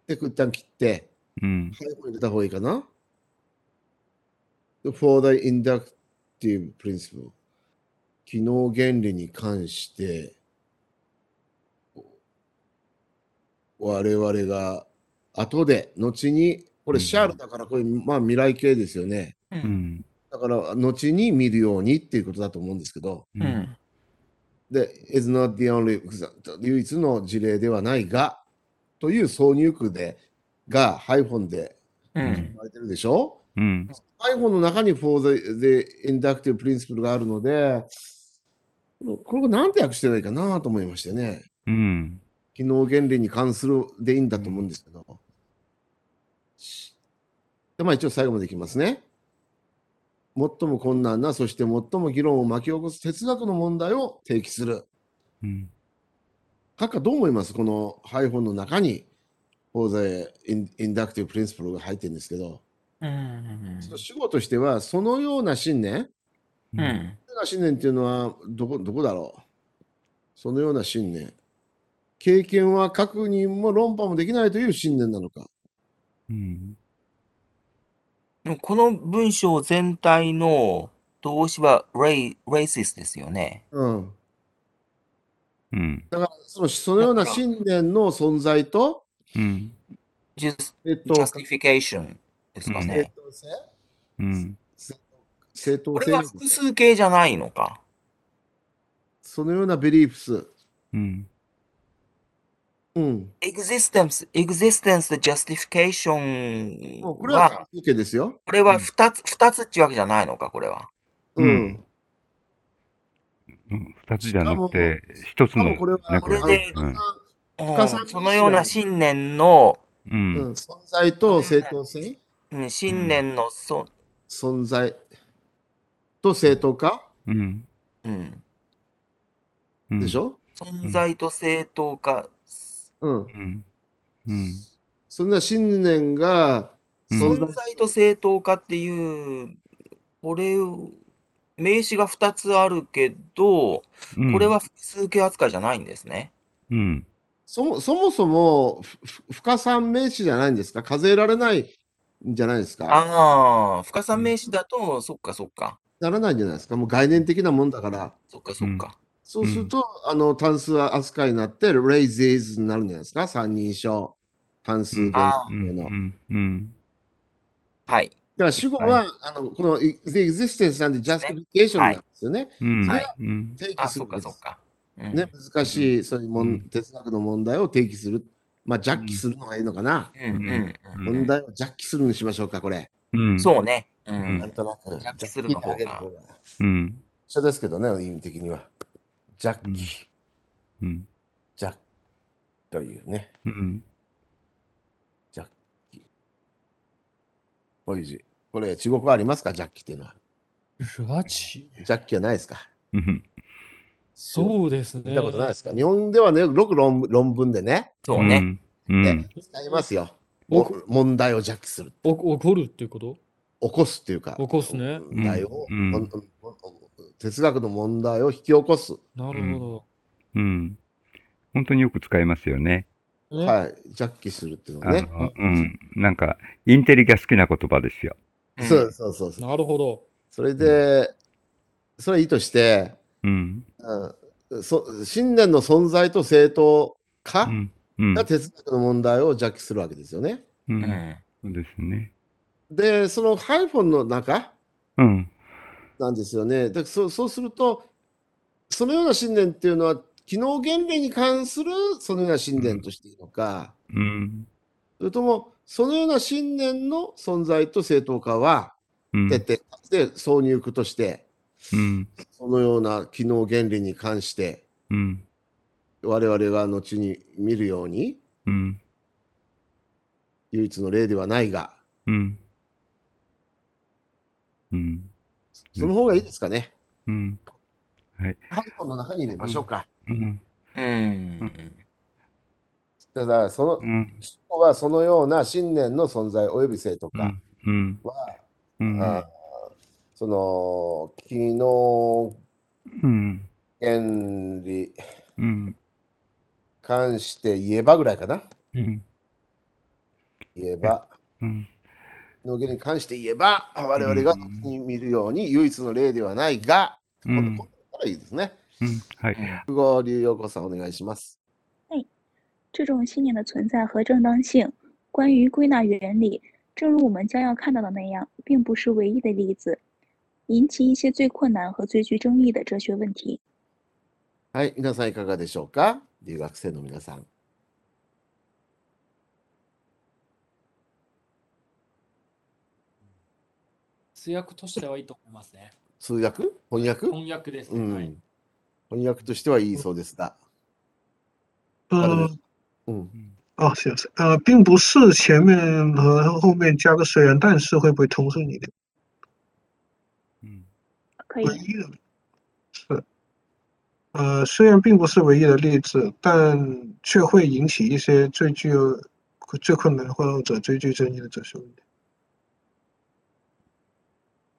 Speaker 1: で一旦切って
Speaker 7: うん
Speaker 1: 最後に入れた方がいいかな ?For the inductive principle 機能原理に関して我々が後で後にこれ
Speaker 7: うん
Speaker 1: シャールだからこれ、まあ未来形ですよね
Speaker 8: う
Speaker 7: うんん
Speaker 1: だから後に見るようにっていうことだと思うんですけど
Speaker 7: う
Speaker 8: うんん
Speaker 1: で is not the only example 唯一の事例ではないがという挿入句でがハイフォンで
Speaker 8: うん
Speaker 1: 言われてるでしょ、
Speaker 7: うん
Speaker 1: iPhone の中に for the, the inductive principle があるので、これを何て訳してればいいかなと思いましてね。
Speaker 7: うん
Speaker 1: 機能原理に関するでいいんだと思うんですけど。でまあ、一応最後までいきますね。最も困難な、そして最も議論を巻き起こす哲学の問題を提起する。
Speaker 7: うん
Speaker 1: 閣下どう思いますこの iPhone の中に for the in- inductive principle が入ってるんですけど、
Speaker 8: うん
Speaker 1: その主語としては、そのような信念、
Speaker 7: う
Speaker 8: うんん
Speaker 1: そのような信念っていうのはどこどこだろうそのような信念。経験は確認も論破もできないという信念なのか。
Speaker 7: うん
Speaker 8: でもこの文章全体の動詞はレイレイシスですよね。
Speaker 1: うん。
Speaker 7: うん
Speaker 1: だからそのそのような信念の存在と、
Speaker 7: うん
Speaker 8: just
Speaker 1: えっと、
Speaker 8: justification ですか
Speaker 1: 正
Speaker 8: ね。
Speaker 1: 当性
Speaker 7: うん
Speaker 1: 正当
Speaker 8: これは
Speaker 1: 性
Speaker 8: 複数形じゃないのか。
Speaker 1: そのようなベリーフス。
Speaker 7: うん
Speaker 1: うん。
Speaker 8: existence, existence, the justification
Speaker 1: もうこれは
Speaker 8: は
Speaker 1: 関、係ですよ。
Speaker 8: これは二つ、二つっていうわけじゃないのか、これは。
Speaker 1: う
Speaker 7: うん
Speaker 1: ん。
Speaker 7: うん二つじゃなくて一つ
Speaker 1: しか
Speaker 7: の
Speaker 1: もこれは
Speaker 7: ね
Speaker 1: こ
Speaker 7: こ
Speaker 1: れ
Speaker 7: れ
Speaker 8: で
Speaker 7: うん
Speaker 8: うん
Speaker 1: 深さ
Speaker 8: そのような信念の、
Speaker 7: う
Speaker 1: うんん、存在と正当性
Speaker 8: うん信念の、そ
Speaker 1: 存在と正当化
Speaker 7: うん
Speaker 8: うん、
Speaker 7: うん
Speaker 1: でしょ
Speaker 8: 存在と正当化、
Speaker 1: うん。
Speaker 7: うんうん
Speaker 1: そんな信念が
Speaker 7: うん
Speaker 1: 存在
Speaker 8: 存在と正当化っていう、これを、名詞が二つあるけど、
Speaker 7: うん
Speaker 8: これは複数形扱いじゃないんですね。
Speaker 7: うん
Speaker 1: そもそもそもふふ深算名詞じゃないんですか数えられないんじゃないですか
Speaker 8: ああ、深さ名詞だと、そっかそっか、
Speaker 1: ならないんじゃないですかもう概念的なもんだから
Speaker 8: そっかそっか。
Speaker 1: そうすると、あの単数扱いになって raises になるんじゃないですか三人称単数
Speaker 7: うん
Speaker 1: 分
Speaker 8: あ
Speaker 7: うん
Speaker 1: の、だ
Speaker 7: うんうん
Speaker 8: はい。
Speaker 1: から主語は、
Speaker 7: は
Speaker 1: あのこの the existence and the justification なんですよね、
Speaker 7: うん
Speaker 8: はい
Speaker 7: うん
Speaker 1: 提
Speaker 8: あ、
Speaker 1: 起す
Speaker 8: そ
Speaker 1: る
Speaker 8: っ
Speaker 1: ん
Speaker 8: か
Speaker 1: で
Speaker 8: そっ
Speaker 1: す
Speaker 8: か。うん
Speaker 1: ね、難しいそういうもん、
Speaker 7: うん
Speaker 1: 哲学の問題を提起するまあジャッキするのがいいのかな、
Speaker 8: うんうんうん
Speaker 1: 問題をジャッキするにしましょうかこれ
Speaker 7: うん
Speaker 8: そうね。う
Speaker 1: なん
Speaker 8: ん。
Speaker 1: となく。
Speaker 8: ジャッキするの方が
Speaker 1: ジャッキってあげる方が
Speaker 7: うん
Speaker 1: 一緒ですけどね、意味的には。ジャッキ、
Speaker 7: うんうん
Speaker 1: ジャッキというね、
Speaker 7: うん
Speaker 1: ジャッキ。おいじ、これ、中国語ありますか、ジャッキっていうのは。
Speaker 2: 惹起
Speaker 1: ジャッキはないですか。
Speaker 7: うん
Speaker 2: そうです
Speaker 1: 見
Speaker 2: ね
Speaker 1: た。ことないですか。日本ではね、よく論論文でね、
Speaker 8: そうね。
Speaker 7: うん
Speaker 1: ね使いますよ。
Speaker 2: お
Speaker 1: お問題をジャッキする。
Speaker 2: お怒るっていうこと
Speaker 1: 起こすっていうか、
Speaker 2: 起こすね
Speaker 1: 問題を、
Speaker 7: うん
Speaker 1: 問哲学の問題を引き起こす。
Speaker 2: なるほ
Speaker 7: うん本当によく使いますよね。
Speaker 2: ど。ね
Speaker 1: はい、ジャッキするっていうの
Speaker 7: あ
Speaker 1: は
Speaker 7: の
Speaker 1: ね。
Speaker 7: うん、なんか、インテリが好きな言葉ですよ。
Speaker 8: ん
Speaker 1: そうそうそうそう。
Speaker 2: なるほど。
Speaker 1: それで、それはいいとして、
Speaker 7: うん。
Speaker 1: うんそ信念の存在と正当化、
Speaker 7: うん。うん。
Speaker 1: が哲学の問題を弱気するわけですよね。
Speaker 7: うん。
Speaker 8: う
Speaker 7: そ
Speaker 8: ん。
Speaker 7: うですね。
Speaker 1: で、そのハイフォンの中
Speaker 7: うん。
Speaker 1: なんですよね。でそうそうすると、そのような信念っていうのは、機能原理に関するそのような信念としていいのか、
Speaker 7: うん。
Speaker 1: それともそのような信念の存在と正当化は
Speaker 7: うん。
Speaker 1: 徹底させて挿入句として、
Speaker 7: うん。
Speaker 1: そのような機能原理に関して、
Speaker 7: うん。
Speaker 1: 我々が後に見るように、
Speaker 7: うん。
Speaker 1: 唯一の例ではないが、
Speaker 7: うん。うん。
Speaker 1: その方がいいですかね。
Speaker 7: うん。
Speaker 1: ハイフォンの中に入れましょうか。
Speaker 7: うん。
Speaker 8: うん。
Speaker 1: ただ、その
Speaker 7: う、ん。
Speaker 1: 思考はそのような信念の存在及び性と
Speaker 7: う
Speaker 1: か
Speaker 7: ん。うん。
Speaker 1: は、
Speaker 7: うん。
Speaker 1: あーその機能
Speaker 7: うん。
Speaker 1: 原理
Speaker 7: うん。
Speaker 1: 関して言えばぐらいかな
Speaker 7: うん。
Speaker 1: 言えば
Speaker 7: うん。
Speaker 1: 機能原理に関して言えば我々が
Speaker 7: うん
Speaker 1: 時に見るように唯一の例ではないが、
Speaker 7: う
Speaker 1: 今
Speaker 7: ん
Speaker 1: 度こ。れからいいですね。
Speaker 7: うん。はい。
Speaker 1: 久保龍陽子さんお願いします。
Speaker 4: 这种信念的存在和正当性，关于归纳原理，正如我们将要看到的那样，并不是唯一的例子，引起一些最困难和最具争议的哲学问题。
Speaker 1: はい、皆さんいかがでしょうか留学生の皆さん。
Speaker 2: 通訳としてはいいと思いますね。
Speaker 1: 通訳翻訳
Speaker 2: 翻訳です
Speaker 1: う
Speaker 2: ね。はい
Speaker 1: ん。翻訳としてはいいそうですが。あれですうん。
Speaker 10: 呃哦，是是，呃，并不是前面和后面加个虽然，但是会不会通顺一点？
Speaker 7: うん。
Speaker 4: 可以
Speaker 10: 唯，一的是，呃，虽然并不是唯一的例子，但却会引起一些最具有最困难或者最具争议的哲学问题。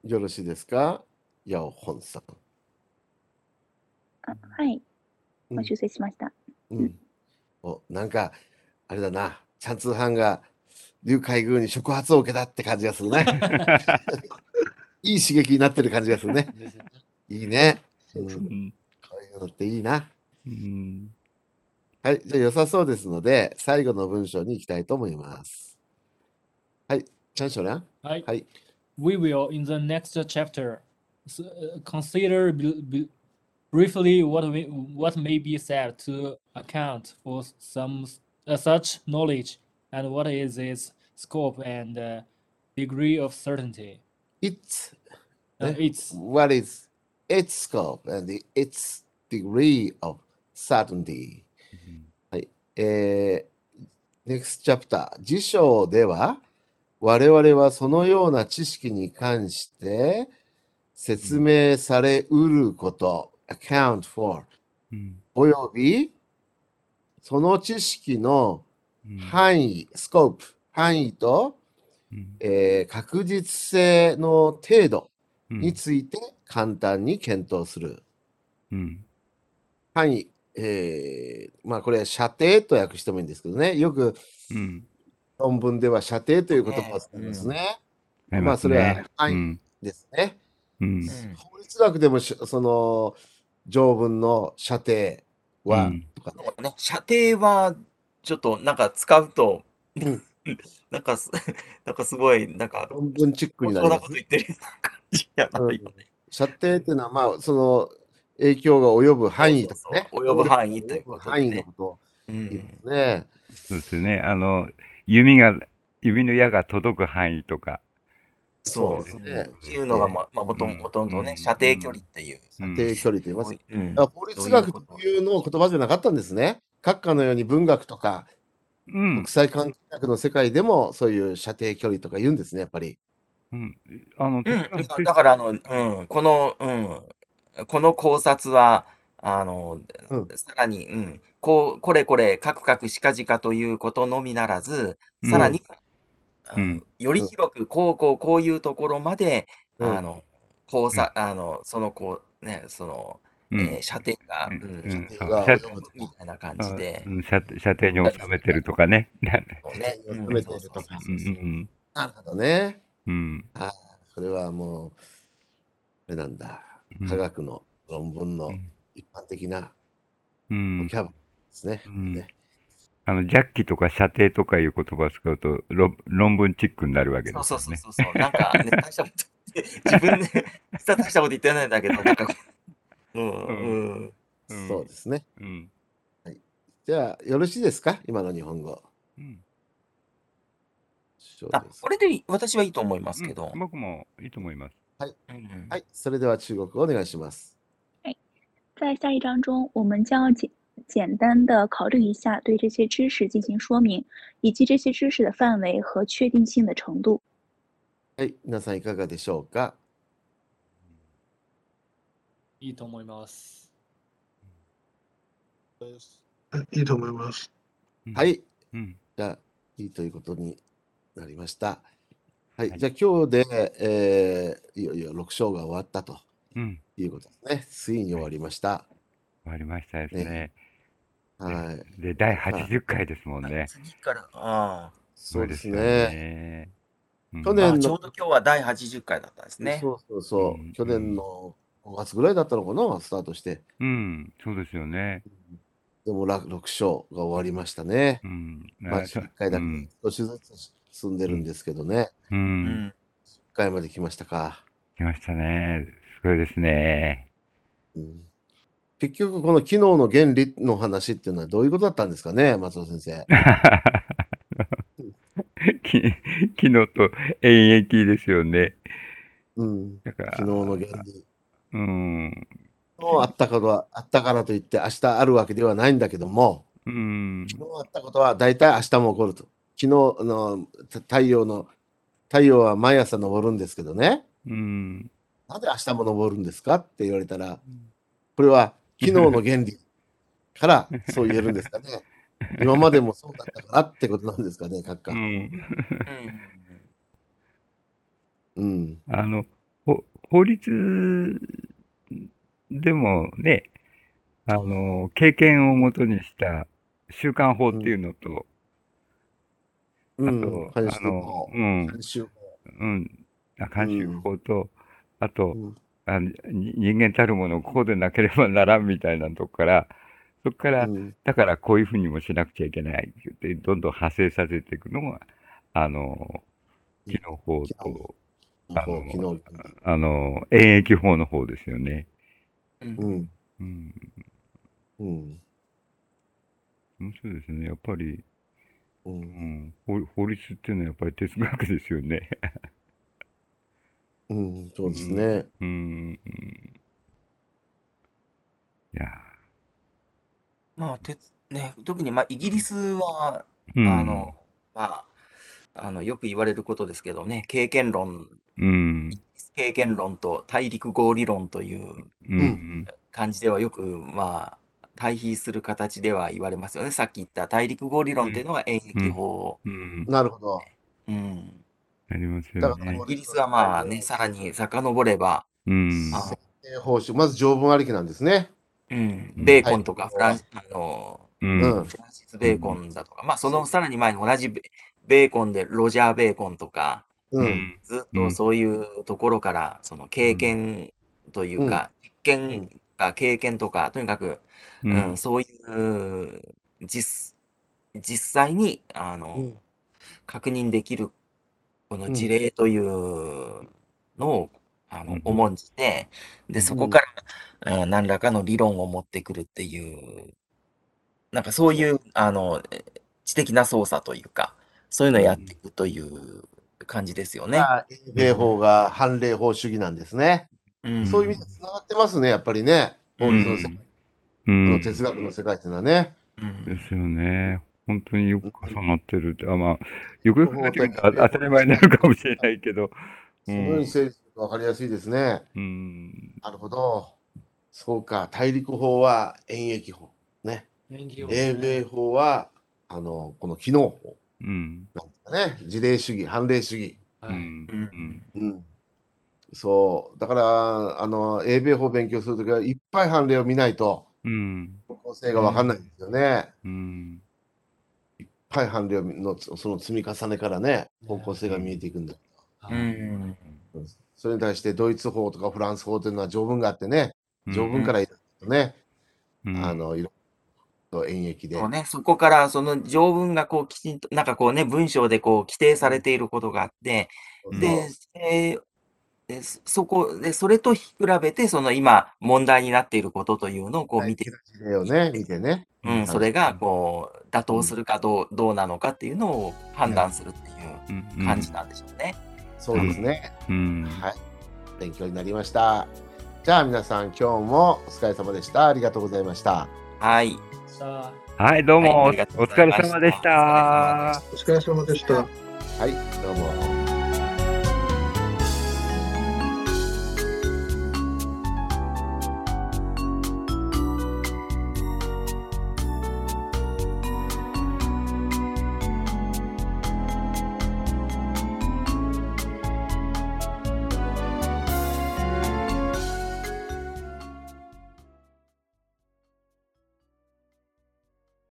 Speaker 1: よろしいですかヤオホンさ
Speaker 4: 啊嗨，我是最起码的。
Speaker 1: ん。うん。お、なんか、あれだな。チャンツーハンが劉海軍に触発を受けたって感じがす るね。いい刺激になってる感じがするね。
Speaker 2: ですね
Speaker 1: いいね。うん、こ
Speaker 7: うん。
Speaker 1: ういうのっていいな。
Speaker 7: うん。
Speaker 1: はい。じゃあ良さそうですので、最後の文章に行きたいと思います。はい。チャンショラン
Speaker 2: はい。
Speaker 1: はい。
Speaker 2: We will, in the next chapter, s- uh, consider b- b- briefly what we, what may be said to account for some s- uh, such knowledge and what is its scope and uh, degree of certainty.
Speaker 1: It's
Speaker 2: Uh, it's
Speaker 1: what is its scope and the- its degree of certainty. えー、Next Chapter 辞書では我々はそのような知識に関して説明されうること、account for
Speaker 7: うん。
Speaker 1: およびその知識の範囲、スコープ、範囲と、
Speaker 7: うん。
Speaker 1: えー確実性の程度
Speaker 7: うん。
Speaker 1: について簡単に検討する。
Speaker 7: うん。
Speaker 1: 範囲、えーまあこれ射程と訳してもいいんですけどね、よく
Speaker 7: うん。
Speaker 1: 論文では射程という言葉を使いますね。
Speaker 7: あり
Speaker 1: まあ
Speaker 7: す
Speaker 1: それは
Speaker 7: ね
Speaker 1: 範囲
Speaker 7: うん。
Speaker 1: ですね。
Speaker 7: うん。
Speaker 1: 法律学でもしその条文の射程は、
Speaker 7: うん
Speaker 1: とかね
Speaker 8: ね、射程は、ちょっと、なんか使うと
Speaker 1: うん、
Speaker 8: なんかす、なんかすごい、なんか、
Speaker 1: 論文チック
Speaker 8: 高
Speaker 1: になり
Speaker 8: 尚な
Speaker 1: ま
Speaker 8: こ
Speaker 1: す
Speaker 8: と。言ってるような感じやないよね。
Speaker 1: 射程っていうのはまあその影響が及ぶ範囲とかね。
Speaker 8: そうそうそう及ぶ範囲という
Speaker 1: 及ぶ
Speaker 8: ことで
Speaker 1: 範囲
Speaker 8: ね
Speaker 1: のことを
Speaker 8: う
Speaker 1: 言いま
Speaker 8: ん。
Speaker 1: すね。
Speaker 7: そうですね。あの、弓が、弓の矢が届く範囲とか。
Speaker 8: そう
Speaker 1: そう
Speaker 8: う
Speaker 1: ですね
Speaker 8: んっていうのが、まあ、まあ、ほとん
Speaker 7: うん
Speaker 8: どほとんどね、
Speaker 7: うん
Speaker 8: 射程距離っていう。
Speaker 7: うん
Speaker 1: 射程距離と言います。
Speaker 8: うん
Speaker 1: だから法律学というのを言葉じゃなかったんですね。閣下のように文学とか
Speaker 7: うん
Speaker 1: 国。際関係学の世界でもそういう射程距離とか言うんですね、やっぱり。
Speaker 7: うん。あの、
Speaker 8: うん、だからあの、うん、この、うん、この考察は、あの、
Speaker 1: うん
Speaker 8: さらに、うん、こう、これこれ、かくかくしかじかということのみならず、さらに、
Speaker 7: うん
Speaker 8: あのより広く、こう、こう、こういうところまで、あの、考察、あの、その、こう、ね、その、
Speaker 7: うん、
Speaker 8: えー射程が、
Speaker 7: うん
Speaker 8: うん、
Speaker 7: うん
Speaker 8: 射
Speaker 1: 射
Speaker 8: 程
Speaker 1: 程
Speaker 8: が
Speaker 1: が
Speaker 7: 射
Speaker 1: 及ぶと
Speaker 8: み
Speaker 1: か。
Speaker 8: たいな感
Speaker 7: あ
Speaker 8: じで、
Speaker 7: うん射射程に収めてるとかね。
Speaker 8: そうね、
Speaker 1: 射程
Speaker 8: う
Speaker 1: に収
Speaker 8: ん
Speaker 1: めているとか
Speaker 8: そう
Speaker 7: う。
Speaker 8: そうそうそうん
Speaker 1: なるほどね。
Speaker 7: うん。
Speaker 1: それはもう、あれなんだ。
Speaker 7: うん
Speaker 1: 科学の論文の一般的な
Speaker 7: う
Speaker 1: ボ
Speaker 7: ん
Speaker 1: キ。ャブラリーですね。
Speaker 7: うん
Speaker 1: ね
Speaker 7: あの、ジャッキとか射程とかいう言葉を使うと、論論文チックになるわけです
Speaker 8: そ
Speaker 7: よ
Speaker 8: う
Speaker 7: ね。
Speaker 8: そうそうそうそう、なんか、ね、大したこと自分で大したこと言ってないんだけど、なんか、 うん、うん、
Speaker 7: うん
Speaker 1: そうですね。
Speaker 7: うん。
Speaker 1: じゃあ、よろしいですか今の日本語。
Speaker 7: うん。
Speaker 1: そう
Speaker 8: あ
Speaker 1: です
Speaker 8: これでいい私はいいと思いますけど
Speaker 7: うん、僕もいいと思います。
Speaker 8: うん
Speaker 1: はい、それでは中国語お願いします。
Speaker 4: 在下一章中，我们将要简简单的考虑一下对这些知识进行说明，以及这些知识的范围和确定性的程度。
Speaker 1: はい、皆さんいかがでしょうか
Speaker 2: いいと思います。
Speaker 10: 嗯いいと思います。
Speaker 7: うん
Speaker 1: はい、
Speaker 7: うん。
Speaker 1: じゃあ、いいということになりました。はい、じゃあ今日で、えーいよいよ6章が終わったと
Speaker 7: うん。
Speaker 1: いうことですね。ついに終わりました。
Speaker 7: 終わりましたですね。
Speaker 1: はい、
Speaker 7: で、第80回ですもんね。
Speaker 8: 次から、あ
Speaker 1: そうです
Speaker 7: よ
Speaker 1: ね。
Speaker 7: ね。うん
Speaker 1: 去
Speaker 8: ー
Speaker 1: 年
Speaker 8: あ
Speaker 1: の
Speaker 8: ちょうど今日は第80回だったんですね。
Speaker 1: そうそうそう、
Speaker 7: うん
Speaker 1: 去年の5月ぐらいだったのかな、スタートして。
Speaker 7: うん、そうですよね。
Speaker 1: でもら6章が終わりましたね。
Speaker 7: うん。
Speaker 1: まあ、
Speaker 7: あそ
Speaker 1: 10回だ
Speaker 7: う
Speaker 1: け
Speaker 7: ん。
Speaker 1: 少しずつ進んでるんですけどね。
Speaker 7: う。
Speaker 8: うんん、
Speaker 1: 1回まで来ましたか。
Speaker 7: 来ましたね。すごいですね。
Speaker 1: うん結局、この機能の原理の話っていうのはどういうことだったんですかね、松尾先生。
Speaker 7: き 昨日と演疫ですよね。
Speaker 1: うん、
Speaker 7: だから、
Speaker 1: 昨日の原理。
Speaker 7: うん。
Speaker 1: 昨日あったことはあったからといって、明日あるわけではないんだけども、
Speaker 7: うん。
Speaker 1: 昨日あったことは大体明日も起こると。昨日のた太陽の、太陽は毎朝昇るんですけどね、
Speaker 7: うん。
Speaker 1: なぜ明日も昇るんですかって言われたら、これは昨日の原理からそう言えるんですか ね。今までもそうだったからってことなんですかね、閣
Speaker 7: う
Speaker 1: 下。
Speaker 7: ん。
Speaker 8: うん
Speaker 1: うん。
Speaker 7: あの、ほ法律でもね、あの、経験をもとにした習慣法っていうのと、
Speaker 1: う
Speaker 7: あ
Speaker 1: ん
Speaker 7: と。、
Speaker 1: 慣
Speaker 7: あ
Speaker 1: 習
Speaker 7: の
Speaker 1: 法、
Speaker 7: うん、
Speaker 1: 慣習法
Speaker 7: うん、あ慣習法と、あと、
Speaker 1: うん
Speaker 7: あのに人間たるものをこうでなければならんみたいなとこから、そこから、
Speaker 1: うん
Speaker 7: だからこういうふうにもしなくちゃいけないって言って、どんどん派生させていくのが、あの、
Speaker 1: うん
Speaker 7: 機能法
Speaker 1: 機能
Speaker 7: と、
Speaker 1: 昨
Speaker 7: あの
Speaker 1: 日、昨日。
Speaker 7: あの、演疫法の方ですよね。
Speaker 8: うん
Speaker 1: うん。
Speaker 7: うん、
Speaker 1: うん。
Speaker 7: 面白いですね。やっぱり、
Speaker 1: う。
Speaker 7: うんん、法法律っていうのはやっぱり哲学ですよね。
Speaker 1: うん。そうですね。
Speaker 7: うん。いや
Speaker 8: まあ、てね、特に、まあ、イギリスは、
Speaker 7: ー、うん
Speaker 8: あの、、まあ、あの、よく言われることですけどね、経験論、
Speaker 7: うん、
Speaker 8: 経験論と大陸合理論という
Speaker 7: うん、うん、
Speaker 8: 感じではよく、まあ、対比する形では言われますよね。さっき言った大陸合理論というのが演疫法。
Speaker 7: うん、
Speaker 1: なるほど。
Speaker 8: うん。
Speaker 7: なりますよ
Speaker 1: だから
Speaker 7: ね
Speaker 1: こ
Speaker 8: イ。ギリスはまあね、さらに遡れば、
Speaker 7: うん、
Speaker 8: あ
Speaker 1: えー報酬、まず条文ありきなんですね。
Speaker 8: うん、
Speaker 7: うん
Speaker 8: ベーコンとか
Speaker 1: はい
Speaker 8: フラン、あの、
Speaker 7: う、
Speaker 1: うんん。
Speaker 8: フランシス・ベーコンだとか、まあそのさらに前に同じベベーコンでロジャー・ベーコンとか、
Speaker 1: う。
Speaker 7: うんん、
Speaker 8: ずっ
Speaker 7: う
Speaker 8: と
Speaker 7: ん
Speaker 8: そういうところから、その経験というか、実験とか経験とか、とにかく、
Speaker 7: う
Speaker 8: うんん、、そういう実、実際に、あ
Speaker 1: う
Speaker 8: の
Speaker 1: ん、
Speaker 8: 確認できる、こ
Speaker 1: う
Speaker 8: の
Speaker 1: ん
Speaker 8: 事例というのを、あ
Speaker 7: う
Speaker 8: の
Speaker 7: ん、
Speaker 8: 重んじて、で、そこから、うん、何らかの理論を持ってくるっていう、なんかそういう、あの、え知的な操作というか、そういうのをやっていくという感じですよね。
Speaker 1: まあ、英米法が反例法主義なんですね。
Speaker 8: うん
Speaker 1: そういう意味でつながってますね、やっぱりね。法律の世界、
Speaker 7: うん、
Speaker 1: こ
Speaker 7: う
Speaker 1: の
Speaker 7: ん、
Speaker 1: 哲学の世界っていうのはね。
Speaker 8: うん
Speaker 7: ですよね。本当によく重なってるって、あまあ、よくよく考えてみたら
Speaker 1: 法と
Speaker 7: 当たり前になるかもしれないけど、う
Speaker 1: そのようんに、整理すると分かりやすいですね。
Speaker 7: うん、
Speaker 1: なるほど。そうか、大陸法は演疫法。ね。
Speaker 2: 演技を
Speaker 1: 英米法は、あの、この機能法
Speaker 7: うん、
Speaker 1: なんですかね。事例主義、判例主義。
Speaker 7: う
Speaker 2: はい。
Speaker 7: ん、
Speaker 8: うん
Speaker 1: うん。そう。だから、あの、英米法を勉強するときはいっぱい判例を見ないと、
Speaker 7: うん、
Speaker 1: 構成が分かんないんですよね。
Speaker 7: うん、
Speaker 1: いっぱい判例のその積み重ねからね、方向性が見えていくんだ。
Speaker 2: は
Speaker 8: う
Speaker 2: い
Speaker 8: ん
Speaker 1: それに対してドイツ法とかフランス法というのは条文があってね、条文からいろいろとね、
Speaker 7: うん、
Speaker 1: あの、いろと演繹で
Speaker 8: そう。ね、そこからその条文がこうきちんと、なんかこうね、文章でこう規定されていることがあって、
Speaker 1: そう
Speaker 8: で、えーでそそこで、それと比べて、その今問題になっていることというのをこう見て、
Speaker 1: 事例をね、見てね。
Speaker 8: うん、それがこう妥当するかどう,、どうなのかっていうのを判断するっていう
Speaker 7: うんう
Speaker 8: うん感じなんでしょうね。
Speaker 1: そうですね。
Speaker 7: うん。
Speaker 1: はい。勉強になりました。じゃあ皆さん、今日もお疲れ様でした。ありがとうございました。
Speaker 8: はい。
Speaker 2: さあ。
Speaker 7: はい、どうも、
Speaker 8: はい
Speaker 7: お
Speaker 8: ありがとうご
Speaker 7: 疲
Speaker 8: ざい
Speaker 7: れ
Speaker 8: ました
Speaker 7: 様でし
Speaker 8: お疲れ様でした
Speaker 7: た。
Speaker 10: お疲れ様でした。
Speaker 1: はい、どうも。